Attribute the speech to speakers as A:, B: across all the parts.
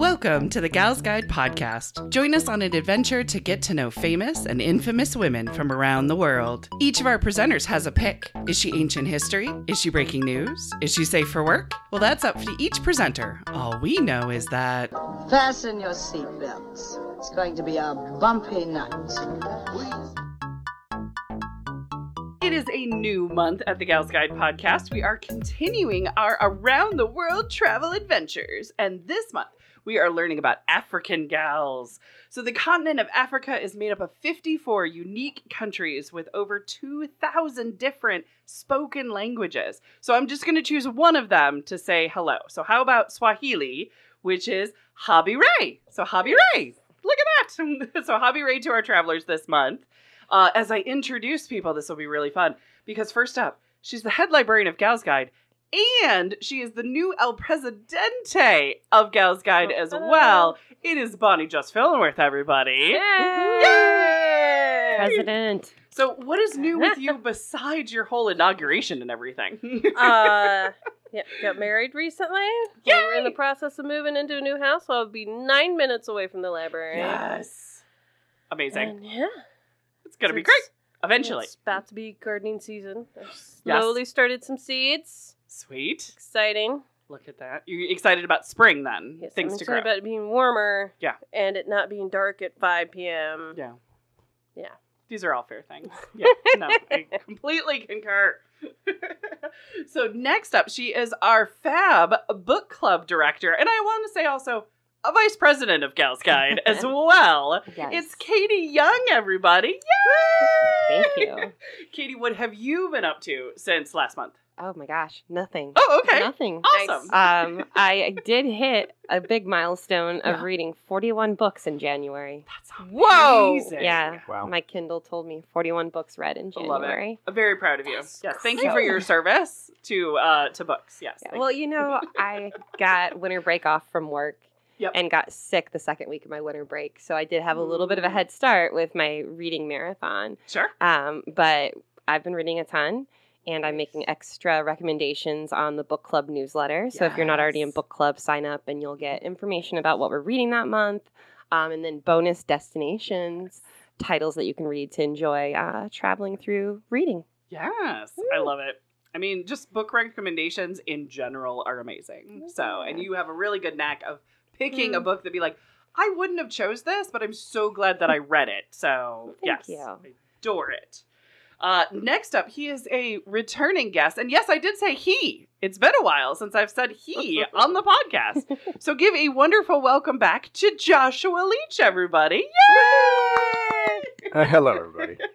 A: Welcome to the Gals Guide podcast. Join us on an adventure to get to know famous and infamous women from around the world. Each of our presenters has a pick. Is she ancient history? Is she breaking news? Is she safe for work? Well, that's up to each presenter. All we know is that
B: Fasten your seatbelts. It's going to be a bumpy night.
A: It is a new month at the Gals Guide podcast. We are continuing our around the world travel adventures. And this month, we are learning about African gals. So, the continent of Africa is made up of 54 unique countries with over 2,000 different spoken languages. So, I'm just going to choose one of them to say hello. So, how about Swahili, which is Habi Ray? So, Habi Ray. Look at that. so, Habi Ray to our travelers this month. Uh, as I introduce people, this will be really fun because first up, she's the head librarian of Gals Guide, and she is the new El Presidente of Gals Guide as well. It is Bonnie Just Fillingworth, everybody. Yay!
C: President.
A: So, what is new with you besides your whole inauguration and everything?
C: Uh, yeah, got married recently. So We're
A: Yay!
C: in the process of moving into a new house, so I'll be nine minutes away from the library.
A: yes, amazing.
C: And yeah,
A: it's gonna be
C: it's-
A: great eventually.
C: It's about to be gardening season. I've slowly started some seeds.
A: Sweet.
C: Exciting.
A: Look at that. You're excited about spring then?
C: Yes,
A: Things
C: I'm
A: to
C: excited
A: grow.
C: about it being warmer.
A: Yeah.
C: And it not being dark at 5 p.m.
A: Yeah.
C: Yeah.
A: These are all fair things. Yeah. No, I completely concur. so next up, she is our fab book club director. And I want to say also a vice president of Gals Guide as well. It's Katie Young, everybody. Yay!
D: Thank you.
A: Katie, what have you been up to since last month?
D: Oh my gosh, nothing.
A: Oh, okay.
D: Nothing.
A: Awesome.
D: Um, I did hit a big milestone of
A: Yeah.
D: reading 41 books in January.
A: That's
C: Whoa.
A: amazing.
D: Yeah.
E: Wow.
D: My Kindle told me 41 books read in
A: I love it.
D: January.
A: I'm very proud of you.
C: That's
A: Yes, thank you for
C: crazy.
A: your service to uh, to books. Yes.
D: Yeah,
A: thank
D: well,
A: you.
D: you know, I got winter break off from work
A: Yep.
D: and got sick the second week of my winter break. So I did have a little
A: Mm.
D: bit of a head start with my reading marathon.
A: sure.
D: Um, but I've been reading a ton and I'm making extra recommendations on the book club newsletter. So if you're not already in
A: Yes.
D: book club, sign up and you'll get information about what we're reading that month. Um, and then bonus destinations, titles that you can read to enjoy uh, traveling through reading.
A: Yes, I love it. I mean, just book recommendations in general are amazing. So, and you have a really good knack of picking
D: Mm.
A: a book that be like, I wouldn't have chose this, but I'm so glad that I read it. So, yes,
D: Thank you.
A: I adore it. Uh, next up, he is a returning guest, and yes, I did say he. It's been a while since I've said he on the podcast. So, give a wonderful welcome back to Joshua Leach, everybody. Yay!
E: Uh, hello, everybody.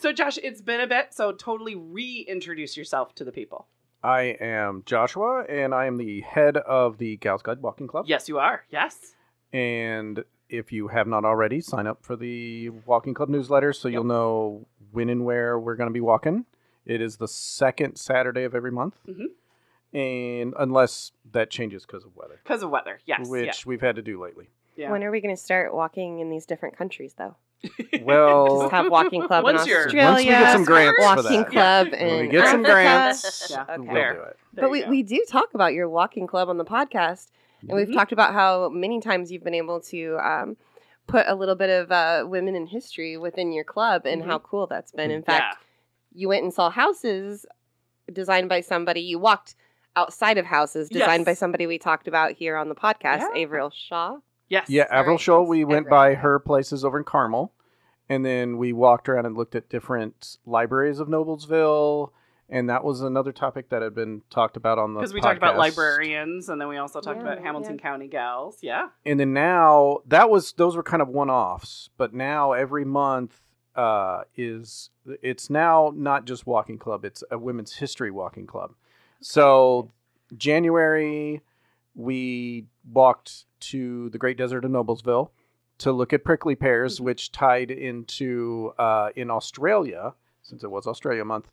A: So, Josh, it's been a bit, so totally reintroduce yourself to the people.
E: I am Joshua, and I am the head of the Gals Guide Walking Club.
A: Yes, you are. Yes.
E: And if you have not already, sign up for the Walking Club newsletter so you'll know when and where we're going to be walking. It is the second Saturday of every month.
A: Mm-hmm.
E: And unless that changes because of weather,
A: Because of weather. Yes.
E: which we've had to do lately.
A: Yeah.
D: When are we going to start walking in these different countries, though?
E: Well,
D: Just have walking club in
A: Once you're-
D: Australia.
E: once we get some grants for
D: walking
E: that,
D: club
E: when
D: in
E: we get some
D: Africa.
E: grants,
A: Yeah.
D: Okay.
E: we'll
A: Fair.
E: do it.
A: There
D: but
A: you
D: we,
A: go.
D: we do talk about your walking club on the podcast and we've
A: Mhm.
D: talked about how many times you've been able to um, put a little bit of uh, women in history within your club and
A: Mm-hmm.
D: how cool that's been in fact you went and saw houses designed by somebody you walked outside of houses designed
A: Yes.
D: by somebody we talked about here on the podcast
A: Yeah.
D: avril shaw
A: yeah. yes.
E: Yeah,
D: Sorry,
E: Avril Shaw.
D: it's
E: We went
D: Avril,
E: by
D: yeah.
E: her places over in Carmel, and then we walked around and looked at different libraries of Noblesville, and that was another topic that had been talked about on the
A: Because we talked about
E: podcast.
A: librarians, and then we also talked
D: Yeah,
A: about
D: yeah.
A: Hamilton County gals. Yeah.
E: And then now that was those were kind of one offs, but now every month uh, is it's now not just walking club; it's a women's history walking club. So January we walked to the Great Desert of Noblesville to look at prickly pears, which tied into uh, in Australia since it was Australia month.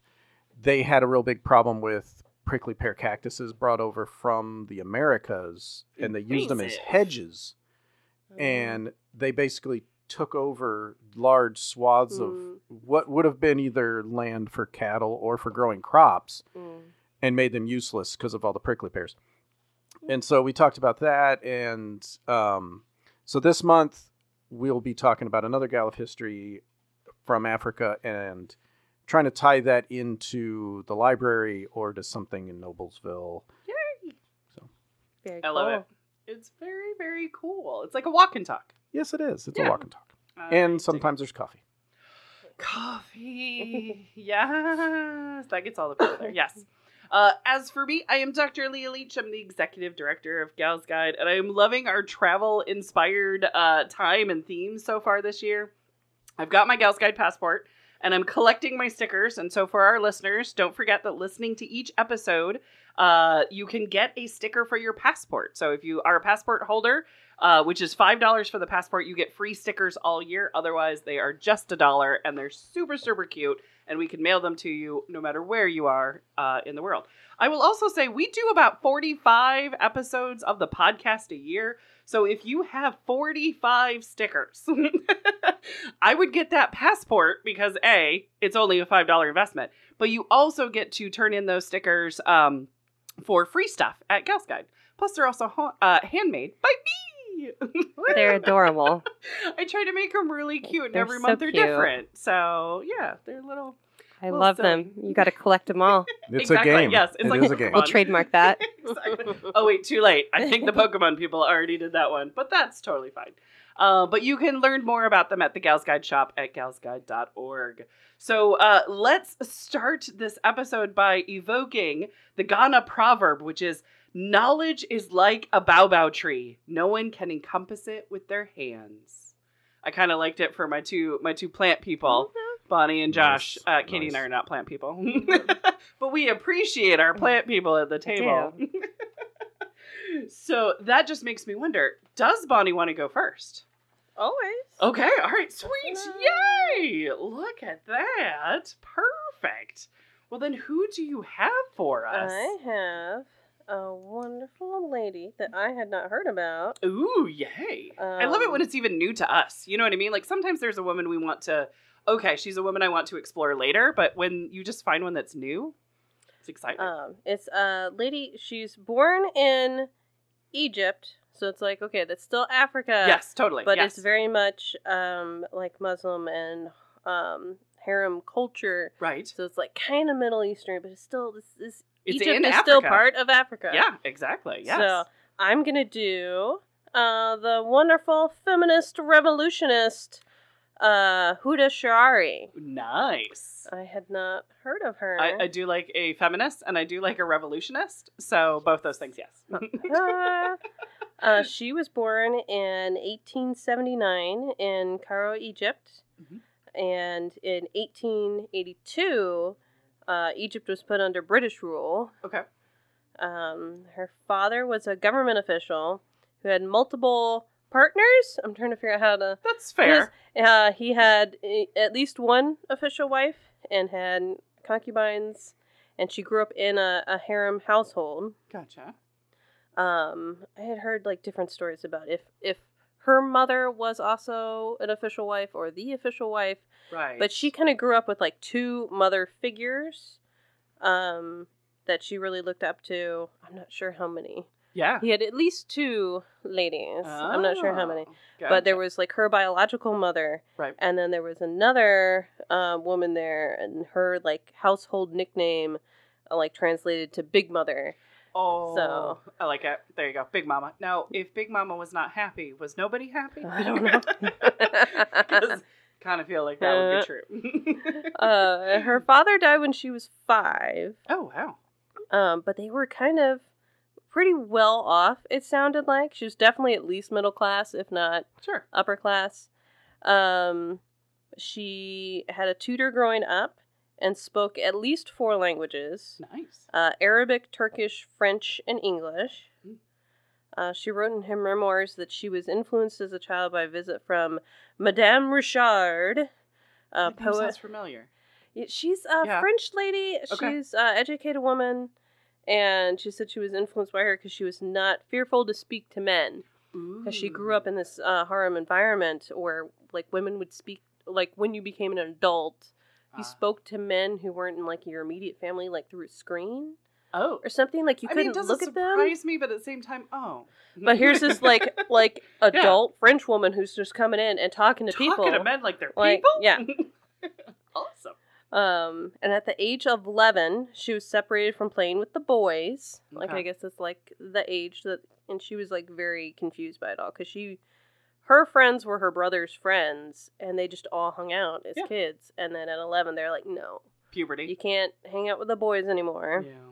E: They had a real big problem with prickly pear cactuses brought over from the Americas, and they used them as
A: Invasive.
E: hedges, and they basically took over large swaths
C: Mm.
E: of what would have been either land for cattle or for growing crops
D: Mm.
E: and made them useless because of all the prickly pears. And so we talked about that. And um, so this month, we'll be talking about another gal of history from Africa and trying to tie that into the library or to something in Noblesville.
D: Very
A: I love it. It's very, very cool. It's like a walk and talk. Uh,
E: Yes, it is. It's
A: Yeah.
E: a walk and talk.
A: Amazing.
E: And sometimes there's coffee.
A: Coffee. yes. That gets all the people there. Yes. Uh, as for me, I am Dr. Leah Leach. I'm the executive director of Gals Guide, and I'm loving our travel inspired uh, time and themes so far this year. I've got my Gals Guide passport and I'm collecting my stickers. And so, for our listeners, don't forget that listening to each episode, uh, you can get a sticker for your passport. So, if you are a passport holder, uh, which is five dollars for the passport. You get free stickers all year. Otherwise, they are just a dollar, and they're super super cute. And we can mail them to you no matter where you are uh, in the world. I will also say we do about forty five episodes of the podcast a year. So if you have forty five stickers, I would get that passport because a it's only a five dollar investment, but you also get to turn in those stickers. Um, for free stuff at Gals Guide. Plus, they're also ho- uh, handmade by me.
D: They're adorable.
A: I try to make them really cute, and
D: They're
A: every
D: so
A: month they're
D: cute.
A: different. So yeah, they're little.
D: I
A: Well,
D: love
A: so-
D: them. You got to collect them all.
E: It's
A: exactly.
E: a game.
A: Yes, it's
E: It
A: like
E: is a game.
D: We'll
A: Fun.
D: trademark that.
A: exactly. Oh wait, too late. I think the Pokemon people already did that one, but that's totally fine. Uh, but you can learn more about them at the Gals Guide shop at galsguide.org. So uh, let's start this episode by evoking the Ghana proverb, which is knowledge is like a baobab tree. No one can encompass it with their hands. I kind of liked it for my two my two plant people.
C: Mm-hmm.
A: Bonnie and Josh.
E: Nice,
A: Uh, Katie and I
E: nice.
A: are not plant people, but we appreciate our plant people at the table. so that just makes me wonder: Does Bonnie want to go first?
C: Always.
A: Okay, all right, sweet,
C: Ta-da.
A: yay! Look at that, perfect. Well, then, who do you have for us?
C: I have a wonderful lady that I had not heard about.
A: Ooh, yay! I love it when
C: Um,
A: it's even new to us. You know what I mean? Like sometimes there's a woman we want to. Okay, she's a woman I want to explore later, but when you just find one that's new, it's exciting.
C: Um, it's a lady. She's born in Egypt, so it's like okay, that's still Africa.
A: yes, totally.
C: but
A: yes.
C: it's very much um, like Muslim and um, harem culture.
A: right.
C: So it's like kind of Middle Eastern, but it's still this. this
A: It's
C: Egypt
A: in
C: is
A: Africa.
C: still part of Africa.
A: Yeah, exactly. Yes.
C: So I'm gonna do uh, the wonderful feminist revolutionist uh, Huda Shari.
A: nice.
C: I had not heard of her.
A: I, I do like a feminist and I do like a revolutionist. So both those things, yes.
C: Oh, Ah. uh, she was born in 1879 in Cairo, Egypt.
A: Mhm.
C: And in 1882, uh, Egypt was put under British rule.
A: okay.
C: Um, her father was a government official who had multiple partners. I'm trying to figure out how to.
A: That's fair.
C: Uh, he had uh, at least one official wife and had concubines, and she grew up in a, a harem household.
A: Gotcha.
C: Um, I had heard like different stories about if if her mother was also an official wife or the official wife,
A: Right.
C: but she kind of grew up with like two mother figures, um, that she really looked up to. I'm not sure how many.
A: Yeah.
C: He had at least two ladies. I'm not sure how many
A: Oh,
C: but there
A: gotcha.
C: was like her biological mother
A: Right.
C: and then there was another uh, woman there and her like household nickname uh, like translated to big mother
A: Oh,
C: so-
A: I like it. There you go, Big Mama. Now, if Big Mama was not happy, was nobody happy?
C: I don't know.
A: kind of feel like that would be true.
C: uh, her father died when she was five
A: oh wow.
C: um, but they were kind of pretty well off it sounded like she was definitely at least middle class if not
A: Sure.
C: upper class. Um, she had a tutor growing up and spoke at least four languages
A: Nice.
C: uh, Arabic, Turkish, French, and English.
A: Mm.
C: Uh, she wrote in her memoirs that she was influenced as a child by a visit from Madame Richard, a
A: That name
C: poet.
A: sounds familiar.
C: Yeah, She's a
A: Yeah.
C: French lady.
A: Okay.
C: She's an educated woman. And she said she was influenced by her because she was not fearful to speak to men because she grew
A: Hmm.
C: up in this uh, harem environment where like women would speak like when you became an adult you
A: Ah.
C: spoke to men who weren't in like your immediate family like through a screen
A: Oh.
C: or something. Like you
A: I
C: couldn't
A: mean, it doesn't
C: look at them.
A: surprise me, but at the same time, oh.
C: But here's this like like adult French woman who's just coming in and talking to
A: talking
C: people.
A: to men like they're
C: Like,
A: people.
C: yeah.
A: awesome.
C: Um, and at the age of eleven, she was separated from playing with the boys. Like
A: Okay.
C: I guess that's like the age that, and she was like very confused by it all because she, her friends were her brother's friends, and they just all hung out as
A: Yeah.
C: kids. And then at eleven, they're like, no, you
A: Puberty.
C: can't hang out with the boys anymore.
A: Yeah.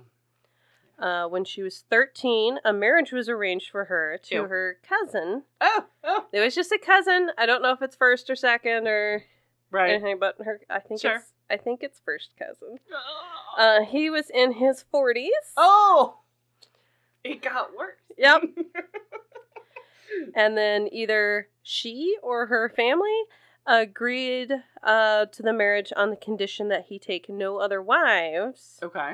C: Uh, when she was thirteen, a marriage was arranged for her to
A: Ew.
C: her cousin.
A: Oh, oh,
C: It was just a cousin. I don't know if it's first or second or
A: right.
C: anything, but her. I think
A: Sure.
C: it's. I think it's first cousin.
A: Oh.
C: Uh, he was in his 40s.
A: oh, it got worse.
C: Yep. And then either she or her family agreed uh, to the marriage on the condition that he take no other wives.
A: okay.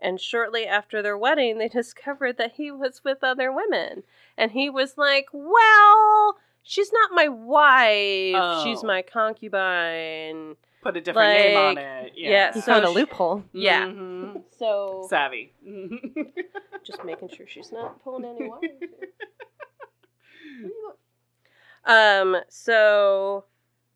C: And shortly after their wedding, they discovered that he was with other women. And he was like, Well, she's not my wife. She's
A: Oh.
C: my concubine.
A: Put a different name on
C: Like,
A: it. Yeah.
C: yeah,
D: He
C: so
D: found a
C: she-
D: loophole.
C: yeah.
A: Mhm.
C: So,
A: Savvy.
C: just making sure she's not pulling any wires. here. Um, so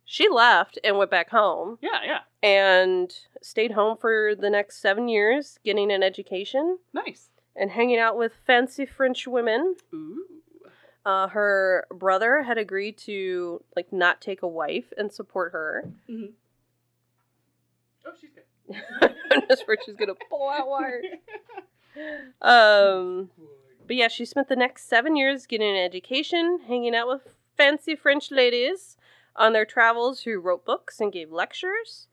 C: she left and went back home
A: yeah, yeah.
C: and stayed home for the next seven years, getting an education
A: Nice.
C: and hanging out with fancy French women.
A: Ooh.
C: Uh, her brother had agreed to like not take a wife and support her.
A: Oh, she's good.
C: That's where she's gonna pull out wires. Um, but yeah, she spent the next seven years getting an education, hanging out with fancy French ladies on their travels who wrote books and gave lectures,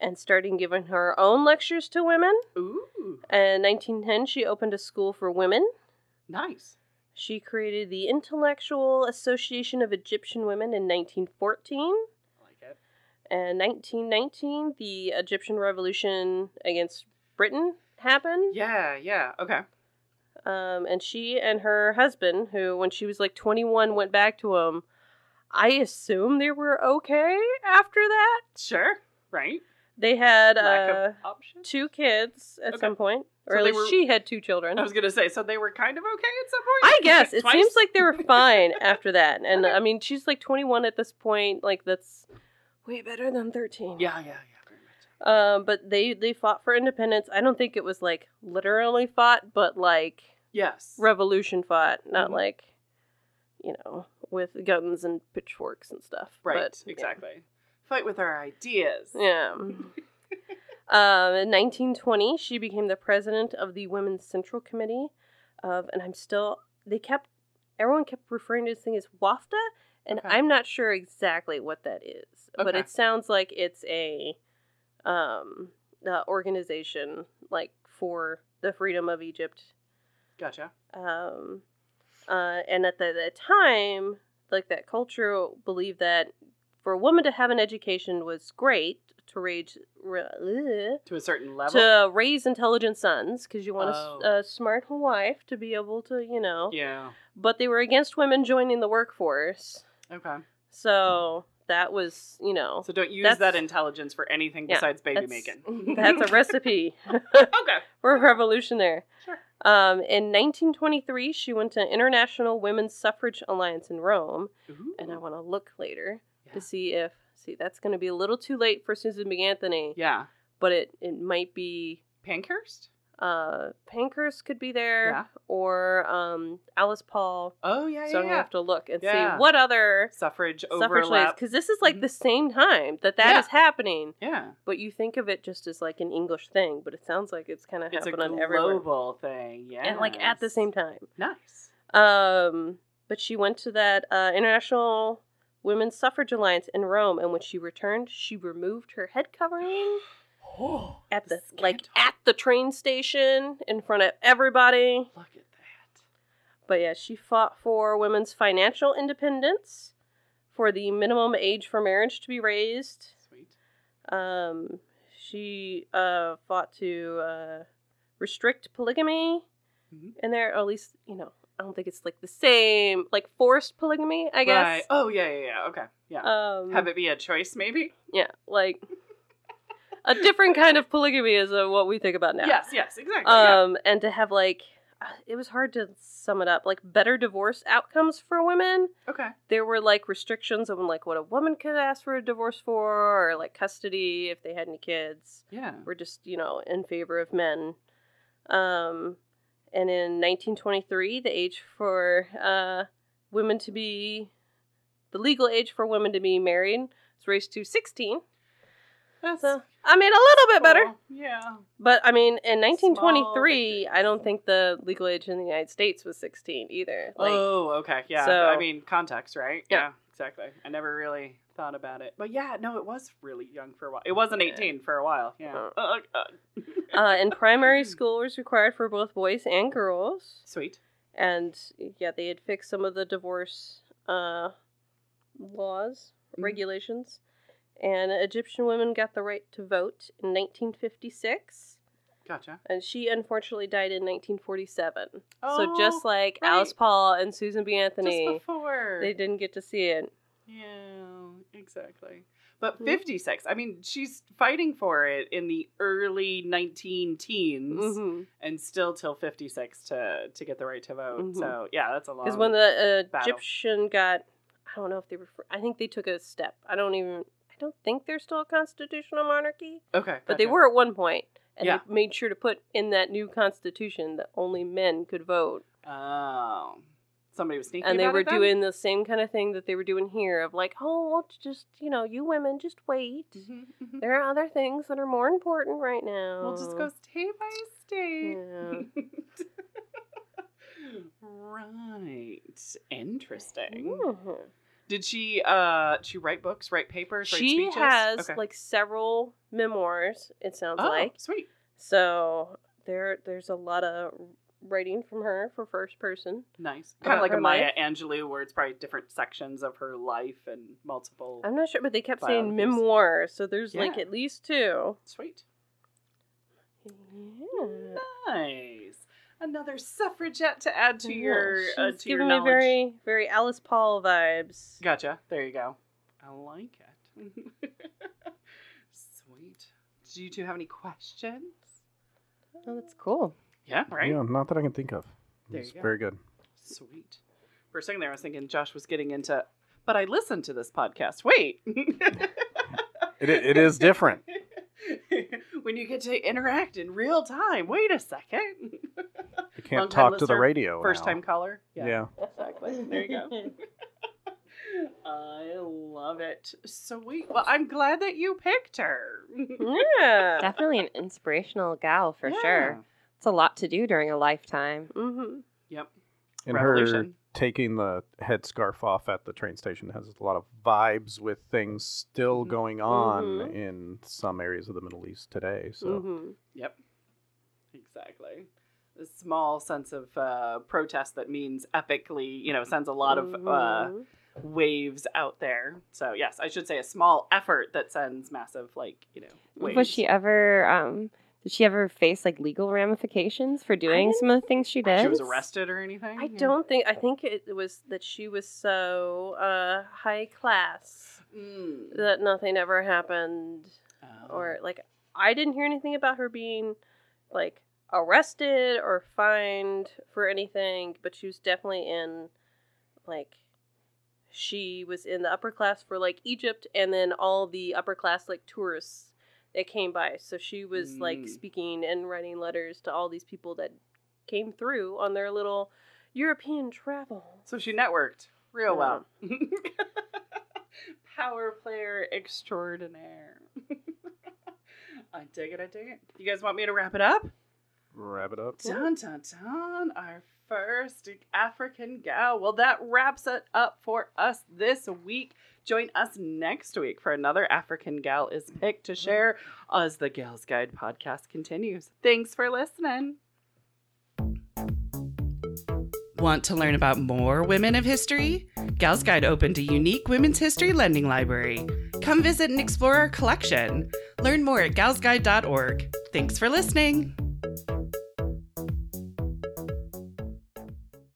C: and starting giving her own lectures to women.
A: Ooh.
C: In 1910, she opened a school for women.
A: Nice.
C: She created the Intellectual Association of Egyptian Women in 1914.
A: I like it.
C: And 1919, the Egyptian Revolution against Britain happened.
A: Yeah, yeah. Okay.
C: Um, and she and her husband, who when she was like 21 went back to him, I assume they were okay after that.
A: Sure. Right.
C: They had
A: Lack
C: uh,
A: of options.
C: two kids at
A: Okay.
C: some point, or
A: So
C: at
A: they
C: least
A: were- Oh,
C: she had two children.
A: I was gonna say, so they were kind of okay at some point.
C: I guess it
A: Twice?
C: seems like they were fine after that. And I mean, she's like 21 at this point. Like that's way better than 13.
A: Yeah, yeah, yeah. Very much.
C: Um, but they they fought for independence. I don't think it was like literally fought, but like
A: Yes.
C: revolution fought, not
A: Mhm.
C: like you know with guns and pitchforks and stuff.
A: right.
C: but-
A: exactly. Fight with our ideas.
C: Yeah. um, in 1920, she became the president of the Women's Central Committee of, and I'm still they kept everyone kept referring to this thing as WAFTA, and
A: Okay.
C: I'm not sure exactly what that is, but
A: Okay.
C: it sounds like it's a um uh, organization like for the freedom of Egypt
A: Gotcha.
C: um, uh, and at the, the time, like that culture believed that for a woman to have an education was great to raise re-
A: To a certain level.
C: to raise intelligent sons because you want
A: Oh.
C: a, s- a smart wife to be able to you know.
A: yeah.
C: But they were against women joining the workforce,
A: Okay.
C: so that was you know
A: So don't use
C: That's-
A: that intelligence for anything
C: Yeah,
A: besides baby
C: that's-
A: making.
C: that's a recipe
A: okay.
C: for a revolution there.
A: Sure.
C: Um, in 1923, she went to International Women's Suffrage Alliance in Rome.
A: Ooh.
C: and I want to look later
A: Yeah.
C: to see if see that's going to be a little too late for Susan B. Anthony,
A: yeah.
C: but it it might be
A: Pankhurst.
C: uh Pankhurst could be there
A: Yeah.
C: or um Alice Paul.
A: Oh yeah,
C: so I'm
A: yeah.
C: gonna
A: yeah.
C: have to look and
A: Yeah.
C: see what other
A: Suffrage
C: suffrage laws
A: overlap. Mm-hmm.
C: because this is like the same time that that is
A: Yeah.
C: happening,
A: yeah.
C: but you think of it just as like an English thing, but it sounds like it's kind of
A: It's a
C: happening everywhere
A: global thing. Yeah.
C: and like at the same time.
A: Nice.
C: Um, but she went to that uh, International Women's Suffrage Alliance in Rome, and when she returned, she removed her head covering
A: Oh,
C: at the
A: scandal.
C: like at the train station in front of everybody.
A: Look at that.
C: But yeah, she fought for women's financial independence, for the minimum age for marriage to be raised.
A: Sweet.
C: Um, she uh, fought to uh, restrict polygamy,
A: Mhm.
C: and there, or at least you know, I don't think it's like the same, like forced polygamy, I guess.
A: Right. Oh yeah, yeah, yeah. Okay. Yeah.
C: Um,
A: Have it be a choice, maybe.
C: yeah, like a different kind of polygamy is uh, what we think about now.
A: Yes, yes, exactly. yeah.
C: Um, and to have like, it was hard to sum it up. Like better divorce outcomes for women.
A: Okay.
C: There were like restrictions on like what a woman could ask for a divorce for, or like custody if they had any kids.
A: Yeah.
C: We're just you know in favor of men. Um, and in 1923, the age for uh, women to be the legal age for women to be married was raised to 16.
A: That's
C: So I mean, a little bit better.
A: cool. Yeah.
C: But I mean, in
A: victories.
C: 1923, I don't think the legal age in the United States was 16 either. Like,
A: oh, okay. Yeah.
C: so-
A: I mean, context, right?
C: Yeah.
A: exactly. I never really thought about it. But yeah, no, it was really young for a while. It wasn't 18 for a while. Yeah.
C: Uh-huh.
A: Uh, uh,
C: uh, in primary school was required for both boys and girls,
A: Sweet.
C: and yeah, they had fixed some of the divorce uh, laws
A: Mhm.
C: regulations. And Egyptian women got the right to vote in 1956,
A: Gotcha.
C: and she unfortunately died in 1947.
A: Oh,
C: so just like
A: right.
C: Alice Paul and Susan B.
A: Just
C: Anthony,
A: before.
C: they didn't get to see it.
A: Yeah, exactly. But
C: Mhm.
A: 56, I mean, she's fighting for it in the early 19 teens
C: Mhm.
D: Mm-hmm.
A: and still till 56 to to get the right to vote.
C: Mhm.
A: So, yeah, that's a long
C: Because when the uh,
A: battle.
C: Egyptian got, I don't know if they were, fr- I think they took a step. I don't even, I don't think they're still a constitutional monarchy,
A: Okay.
C: but they
A: gotcha.
C: were at one point, and
A: Yeah.
C: they made sure to put in that new constitution that only men could vote,
A: Oh. Somebody was sneaking
C: and they were doing the same kind of thing that they were doing here of like, oh, well, just you know, you women, just wait.
A: Mm-hmm.
C: There are other things that are more important right now.
A: We'll just go state by state.
C: Yeah.
A: right. Interesting.
C: Mhm.
A: Did she uh she write books, write papers, write
C: She
A: speeches?
C: has
A: Okay.
C: like several memoirs. It sounds
A: oh,
C: like
A: sweet.
C: So there, there's a lot of writing from her for first person.
A: Nice.
C: About
A: Kind of like a
C: her
A: Maya
C: life?
A: Angelou where it's probably different sections of her life and multiple
C: I'm not sure, but they kept saying
A: Biographies.
C: memoir, so there's like
A: Yeah.
C: at least two.
A: sweet.
C: Yeah.
A: Nice. Another suffragette to add to your
C: She's
A: uh, to your
C: giving me
A: knowledge.
C: very, very Alice Paul vibes.
A: Gotcha. There you go. I like it. Sweet. Do you two have any questions?
D: Oh, that's cool.
A: Yeah, right?
E: Yeah, not that I can think of.
A: There
E: it's
A: you go.
E: very good.
A: Sweet. For a second there, I was thinking Josh was getting into, but I listened to this podcast. Wait.
E: It, it is different.
A: when you get to interact in real time. Wait a second.
E: You
A: Long
E: can't
A: time
E: talk to the
A: listener,
E: radio.
A: First
E: now.
A: time caller.
E: Oh, Yeah.
A: Exactly. There you go. I love it. Sweet. Well, I'm glad that you picked her.
C: Yeah.
D: Definitely an inspirational gal for
A: Yeah.
D: sure. It's a lot to do during a lifetime.
C: hmm
A: Yep.
E: And her
A: Revolution.
E: taking the headscarf off at the train station has a lot of vibes with things still
A: Mhm.
E: going on
A: Mm-hmm.
C: Mhm.
E: in some areas of the Middle East today. So
C: hmm
A: Yep. Exactly. The small sense of uh, protest that means epically, you know, sends a lot
C: mm-hmm,
A: of uh, waves out there. So yes, I should say a small effort that sends massive, like you know, waves.
D: Was she ever? Um, did she ever face like legal ramifications for doing some of the things she did?
A: She was arrested or anything?
C: I don't think. I think it was that she was so uh, high class
A: Mm.
C: that nothing ever happened.
A: Oh.
C: or like I didn't hear anything about her being like arrested or fined for anything, but she was definitely in like she was in the upper class for like Egypt and then all the upper class like tourists that came by. So she was
A: Mm.
C: like speaking and writing letters to all these people that came through on their little European travel.
A: So she networked real
C: Yeah.
A: well. Power player extraordinaire. I dig it. I dig it. You guys want me to wrap it up?
E: wrap it up.
A: Dun dun dun! Our first African gal. Well, that wraps it up for us this week. Join us next week for another African gal is picked to share as the Gals Guide podcast continues. Thanks for listening. Want to learn about more women of history? Gals Guide opened a unique women's history lending library. Come visit and explore our collection. Learn more at galsguide.org. Thanks for listening.